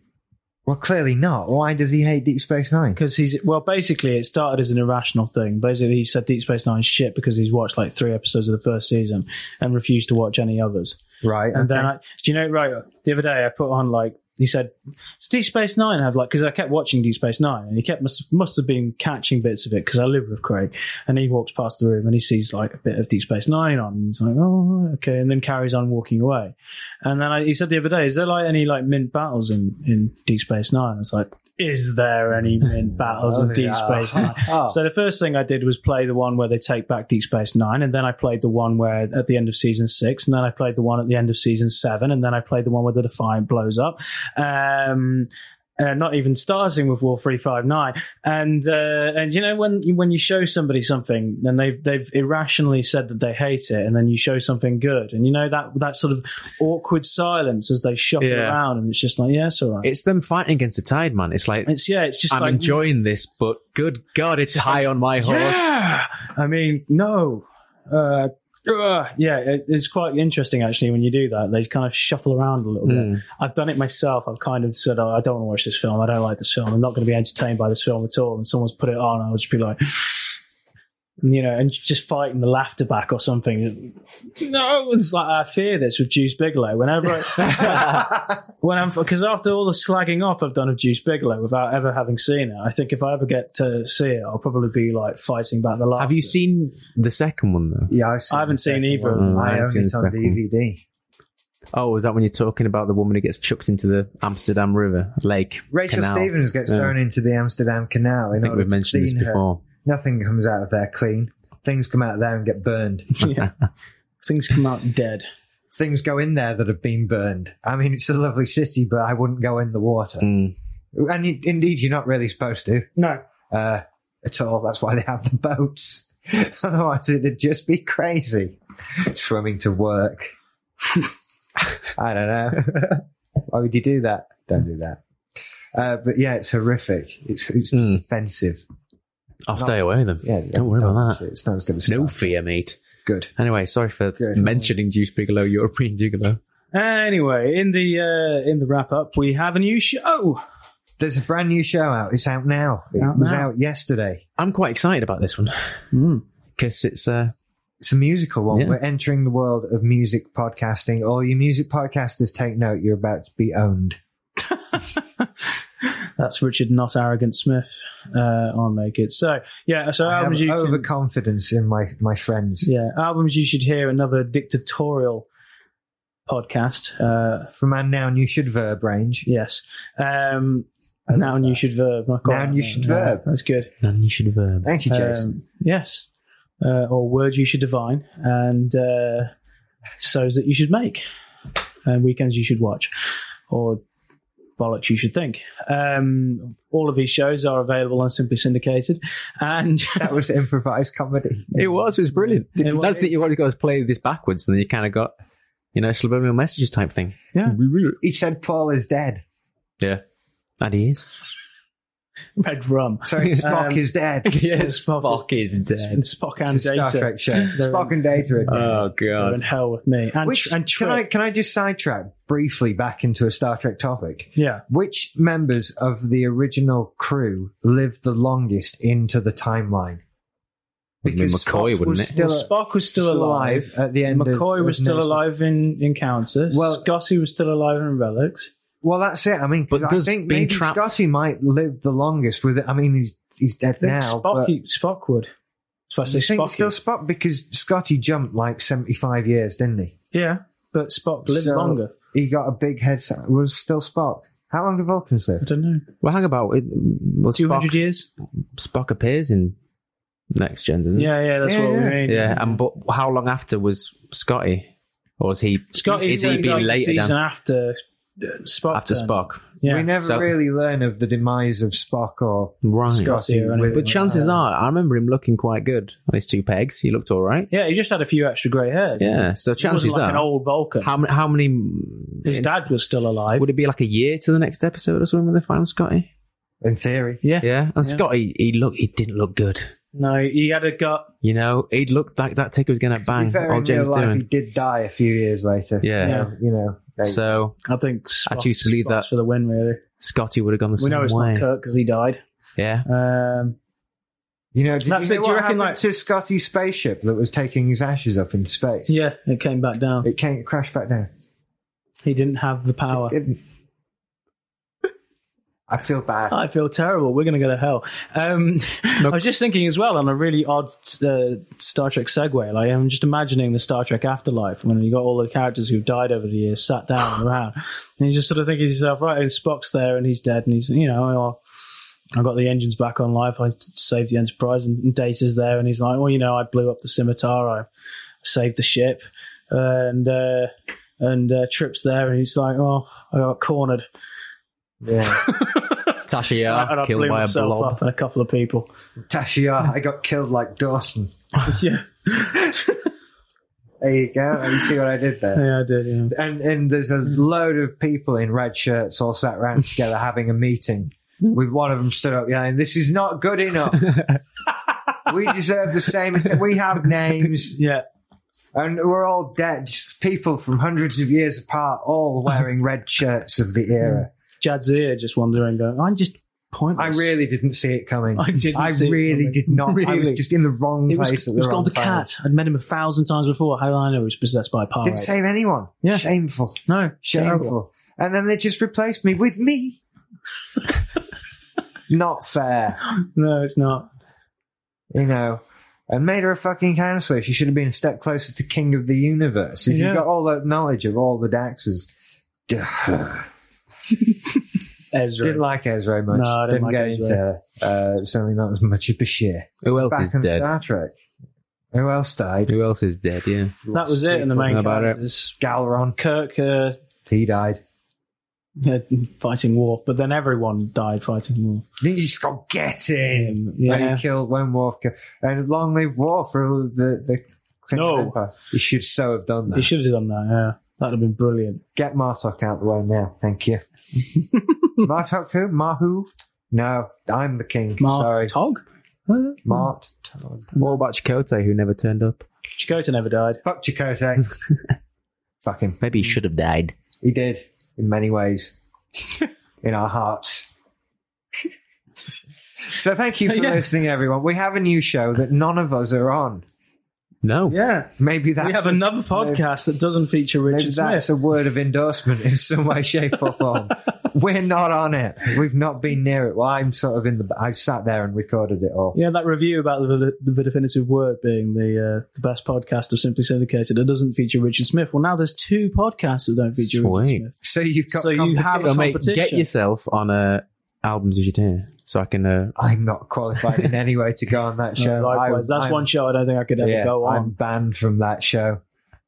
Well, clearly not. Why does he hate Deep Space Nine?
Because he's well, basically, it started as an irrational thing. Basically, he said Deep Space Nine shit because he's watched like three episodes of the first season and refused to watch any others.
Right.
And then,
okay.
I, do you know, right? The other day, I put on like he said, "Does Deep Space Nine have like?" Because I kept watching Deep Space Nine, and he kept must must have been catching bits of it because I live with Craig, and he walks past the room and he sees like a bit of Deep Space Nine on. And he's like, "Oh, right, okay," and then carries on walking away. And then I, he said the other day, "Is there like any like mint battles in in Deep Space 9? I was like. Is there any mint battles in
Oh,
Deep
yeah.
Space Nine?
Oh.
So the first thing I did was play the one where they take back Deep Space Nine, and then I played the one where at the end of season six, and then I played the one at the end of season seven, and then I played the one where the Defiant blows up. Um, uh, not even starting with War three five nine, and uh, and you know when you- when you show somebody something and they've they've irrationally said that they hate it, and then you show something good, and you know that that sort of awkward silence as they shuffle
Yeah.
around, and it's just like yeah, it's all right.
It's them fighting against the tide, man. It's like
it's yeah, it's just
I'm
like
enjoying this, but good God, it's high on my horse.
Yeah. I mean, no. Uh, uh, yeah, it, it's quite interesting actually when you do that. They kind of shuffle around a little bit. I've done it myself. I've kind of said, oh, I don't want to watch this film. I don't like this film. I'm not going to be entertained by this film at all. And someone's put it on, I'll just be like, you know, and just fighting the laughter back or something. No, it's like I fear this with Juice Bigelow. Whenever, I- when I'm because after all the slagging off I've done of Juice Bigelow without ever having seen it, I think if I ever get to see it, I'll probably be like fighting back the laughter.
Have you seen the second one though?
yeah, I've seen
I haven't
the
seen
second
either of
one.
them. Mm, I
I
haven't
own
seen
it
the
on
second one.
DVD.
Oh, is that when you're talking about the woman who gets chucked into the Amsterdam River lake?
Rachel
canal?
Stevens gets
Yeah.
thrown into the Amsterdam Canal. In
I think
order
we've
to
mentioned this
clean her.
before.
Nothing comes out of there clean. Things come out of there and get burned.
yeah. Things come out dead.
Things go in there that have been burned. I mean, it's a lovely city, but I wouldn't go in the water.
Mm.
And you, indeed, you're not really supposed to
No.
uh, at all. That's why they have the boats. Otherwise, it'd just be crazy swimming to work. I don't know. why would you do that? Don't do that. Uh, but yeah, it's horrific. It's it's just
Mm.
offensive.
I'll stay away then.
Yeah,
don't worry about
watch
that.
it. It's not going to
No fear, mate.
Good.
Anyway, sorry for
Good.
mentioning Juice Bigelow, European Gigolo.
Anyway, in the uh, in the wrap up, we have a new show.
There's a brand new show out. It's out now. It
Out
was
now.
out yesterday.
I'm quite excited about this one because it's uh,
It's a musical one.
Yeah.
We're entering the world of music podcasting. All you music podcasters, take note. You're about to be owned.
That's Richard Not Arrogant Smith uh, on Make It. So yeah, so
I have
albums you can-
overconfidence in my my friends.
yeah albums you should hear. Another dictatorial podcast. Uh,
From our noun, you should verb range.
Yes. Um, noun you should verb. I quite
Noun
like
you
that.
should
Yeah,
verb.
That's good.
none you should verb.
Thank you, Jason.
Um, yes. Uh, or words you should divine and uh, sows that you should make and weekends you should watch or bollocks you should think. Um, all of these shows are available on Simply Syndicated and
that was improvised comedy.
It was. It was brilliant.
It was.
That's that you already got to play this backwards, and then you kind of got, you know, subliminal messages type thing.
Yeah.
He said Paul is dead.
Yeah. And he is.
Red Rum.
Sorry, Spock
Um,
is dead.
yes, Spock is
And
dead.
It's
Spock
a
and
Star
Data
Trek show. Spock and Data are dead.
Oh
are in
god.
hell with me. And,
Which
tr- and
can I
Trip.
can I just sidetrack briefly back into a Star Trek topic?
Yeah.
Which members of the original crew lived the longest into the timeline?
Would be McCoy,
Spock
wouldn't
was
it?
Still
Spock was still,
still
alive.
alive at the end of-
McCoy
of
was still
Next-
alive in Encounter. Well,
Well-
Scotty was still alive in Relics.
Well, that's it. I mean, 'cause
But
I
does
think
being
maybe
trapped-
Scotty might live the longest with it. I mean, he's, he's dead
I think
now.
Spock,
but-
Spock would. So I
Do
say
you think
Spock.
still Spock because Scotty jumped like seventy-five years, didn't he?
yeah, but Spock lives
So
longer.
He got a big head. Was still Spock. How long have Vulcans
I
lived?
don't know.
Well, hang about. It, well,
Two
Spock,
hundred years.
Spock appears in Next Gen, doesn't
Yeah, yeah, that's
Yeah,
what
yeah.
we mean.
he? Hmm. Yeah. And but how long after was Scotty, or was he?
Scotty
is he
like,
being
like,
later
season
than
after uh, Spock.
after
turned.
Spock?
Yeah.
we never
so-
really learn of the demise of Spock or
Right.
Scotty.
or anything
with-
But chances
uh,
are, I remember him looking quite good on his two pegs. He looked all right.
yeah, he just had a few extra grey hairs.
Yeah.
He
So
wasn't
chances
like
are,
an old Vulcan.
how many? How many?
His dad was still alive.
Would it be like a year to the next episode or something with the final Scotty?
in theory.
Yeah.
Yeah, and Scotty, he look, he didn't look good.
No, he had a gut.
You know, he looked like that ticker was going to
To be
bang.
fair,
All
in real
James
life, he
doing.
did die a few years later.
Yeah.
Yeah.
You know, they-
So
I think
I
Spock-
choose to believe
Spock's
that.
for the win. Really,
Scotty would have gone the
we
same
know it's
way.
not Kirk because he died.
Yeah,
Um,
you know, did you know
That's it. Do
what
you reckon,
happened
like-
to Scotty's spaceship that was taking his ashes up in space?
yeah, it came back down.
It came, it crashed back down.
he didn't have the power.
Didn't. I feel bad.
I feel terrible. We're going to go to hell. Um, I was just thinking as well on a really odd uh, Star Trek segue. Like I'm just imagining the Star Trek afterlife when you got all the characters who've died over the years sat down around, and you just sort of think to yourself, right, and Spock's there and he's dead, and he's you know, or I got the engines back on life. I saved the Enterprise, and, and Data's there, and he's like, well, you know, I blew up the scimitar. I saved the ship, and uh, and uh, Trip's there, and he's like, oh, I got cornered.
Yeah.
Tasha
and I blew
Yar killed by a
myself
blob.
up and a couple of people.
Tashiar, I got killed like Dawson.
yeah,
There you go. You see what I did there?
yeah, I did. Yeah.
and and there's a load of people in red shirts all sat around together having a meeting with one of them stood up yelling this is not good enough we deserve the same att- we have names
Yeah,
and we're all dead just people from hundreds of years apart all wearing red shirts of the era
Jad's ear just wandering, going, I'm just pointless.
i really didn't see it coming
I didn't see it
really
coming.
did not i was
Really?
just in the wrong
It was,
place
it
at the
was
wrong
called the
time.
cat. I'd met him a thousand times before. How did I know he was possessed by a power?
didn't save anyone
Yeah.
shameful
No,
Shameful.
terrible.
And then they just replaced me with me. Not fair,
No, it's not.
you know. And made her a fucking counselor. She should have been a step closer to King of the Universe. If
Yeah.
you've got all that knowledge of all the Daxes. Duh.
Ezra.
Didn't like Ezra much.
No, I didn't
didn't
like
get
Ezra.
into uh, certainly not as much of Bashir.
Who else
Back
is
on
dead?
Star Trek. Who else died?
Who else is dead? Yeah,
that was it in the main
About it.
characters.
Galeron.
Kirk uh,
He died.
uh, fighting Worf, but then everyone died fighting Worf.
You just got get him.
Um, yeah.
And he killed when Worf killed. And long live Worf for the, the Klingon
No.
Empire. He should so have done that.
He should have done that. Yeah, that'd have been brilliant.
Get Martok out of the way now. Thank you. Martok who? Mahu? No, I'm the king.
Mar-
Sorry.
Tog. Uh,
Mart.
What about Chakotay, who never turned up?
Chakotay never died.
Fuck Chakotay. Fuck him.
Maybe he
Hmm.
should have died.
He did in many ways. in our hearts. so thank you for
Yeah.
listening, everyone. We have a new show that none of us are on.
No.
Yeah,
Maybe that's
we have
a-
another podcast that doesn't feature
Maybe
Richard
that's
Smith.
a word of endorsement in some way, shape, or form. We're not on it. We've not been near it. Well, I'm sort of in the. I sat there and recorded it all.
Yeah, that review about the, the, the definitive word being the uh, the best podcast of Simply Syndicated that doesn't feature Richard Smith. Well, now there's two podcasts that don't feature
Sweet.
Richard Smith.
So you've got.
So you have
So
a
competition.
mate,
competition.
get yourself on a albums as you do, so I can. Uh,
I'm not qualified in any way to go on that show.
Uh, Likewise,
I-
that's
I'm-
one show I don't think I could ever
yeah,
go
I'm
on.
banned from that show.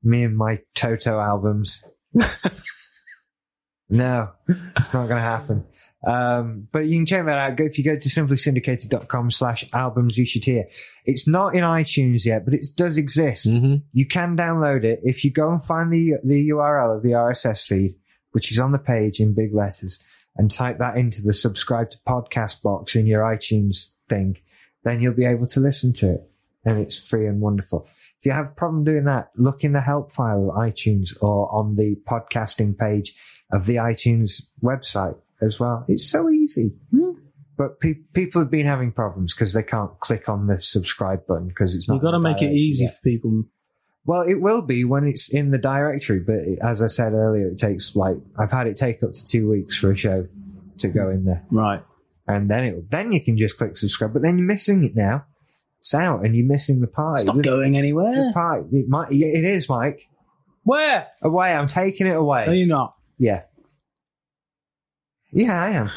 Me and my Toto albums. no, it's not going to happen. Um, but you can check that out. Go if you go to simplysyndicated.com slash albums you should hear. It's not in iTunes yet, but it does exist.
mhm.
You can download it if you go and find the the URL of the RSS feed, which is on the page in big letters, and type that into the subscribe to podcast box in your iTunes thing. Then you'll be able to listen to it, and it's free and wonderful. If you have a problem doing that, look in the help file of iTunes or on the podcasting page of the iTunes website as well. It's so easy.
Hmm.
But pe- people have been having problems because they can't click on the subscribe button because it's not.
You've got to
in the
make it
directory
easy
yet.
for people.
Well, it will be when it's in the directory, but it, as I said earlier, it takes like I've had it take up to two weeks for a show to go in there,
Right.
and then it will then you can just click subscribe. But then you're missing it now. It's out, and you're missing the party.
It's not
the,
going
the
anywhere.
party. It, might, it is, Mike.
Where?
Away. I'm taking it away.
Are you not?
Yeah. Yeah, I am.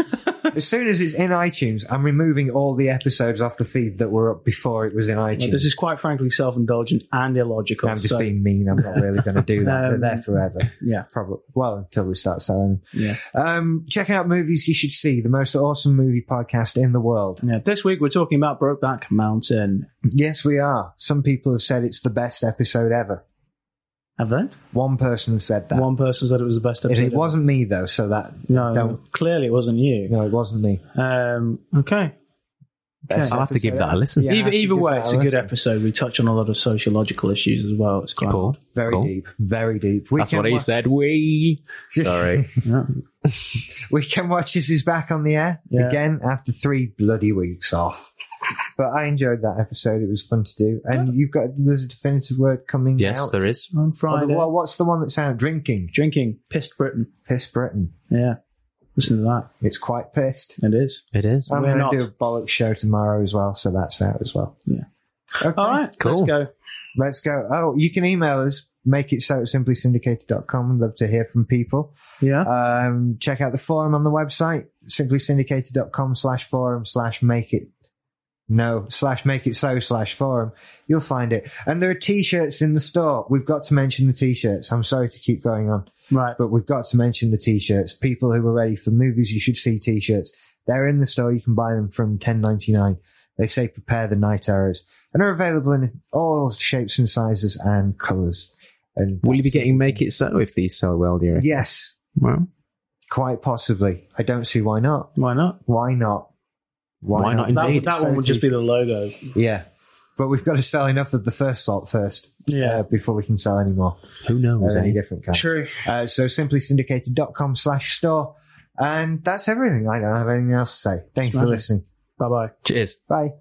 as soon as it's in iTunes, I'm removing all the episodes off the feed that were up before it was in iTunes.
Well, this is quite frankly self indulgent and illogical.
I'm just
so-
being mean. I'm not really going to do that.
Um,
They're there forever.
yeah.
Probably. Well, until we start selling
Yeah.
them. Um, check out movies you should see. The most awesome movie podcast in the world.
yeah. This week we're talking about Brokeback Mountain.
Yes, we are. Some people have said it's the best episode ever.
Have they?
One person said that.
One person said it was the best
it,
episode.
it
ever.
wasn't me though, so that
No,
don't.
clearly it wasn't you.
No, it wasn't me.
Um, okay.
Best
I'll have to give
episode
that a listen.
Yeah, I
either
have to
either
give
way,
that
it's a good
listen.
episode. We touch on a lot of sociological issues as well. It's quite
Cool.
Very
Cool.
deep, very deep. We
That's what he said. We. Sorry.
Weekend Watches is back on the air
Yeah.
again after three bloody weeks off. But I enjoyed that episode. It was fun to do. And you've got there's a definitive word coming
yes,
out.
there is.
on
Well,
Friday.
the- well, what's the one that's out? Drinking.
Drinking pissed Britain.
Piss Britain.
Yeah, listen to that.
It's quite pissed.
It is.
It is.
I'm
We're
going
not.
to do a bollocks show tomorrow as well, so that's out as well.
Yeah.
Okay.
All right,
Cool.
let's go.
Let's go. Oh, you can email us, make it so at simplysyndicated.com. We'd love to hear from people.
Yeah,
Um, check out the forum on the website, simplysyndicated.com slash forum slash make it. No, slash make it so slash forum. You'll find it. And there are t shirts in the store. We've got to mention the t shirts. I'm sorry to keep going on,
right.
but we've got to mention the t shirts. People who are ready for movies, you should see t shirts. They're in the store. You can buy them from 10.99. They say prepare the night arrows and are available in all shapes and sizes and colors. And
Will you be getting Make It So if these sell well, do you reckon?
Yes,
Well,
Quite possibly. I don't see why not.
Why not?
Why not?
Why not
That,
Indeed.
that one would just be the logo.
Yeah. But we've got to sell enough of the first salt first
Yeah,
uh, before we can sell any more
who knows?
of any
Eh?
different kind.
true.
Uh, so simplysyndicated.com slash store. And that's everything. I don't have anything else to say. Thanks for
Smashing.
listening.
Bye bye.
Cheers.
Bye.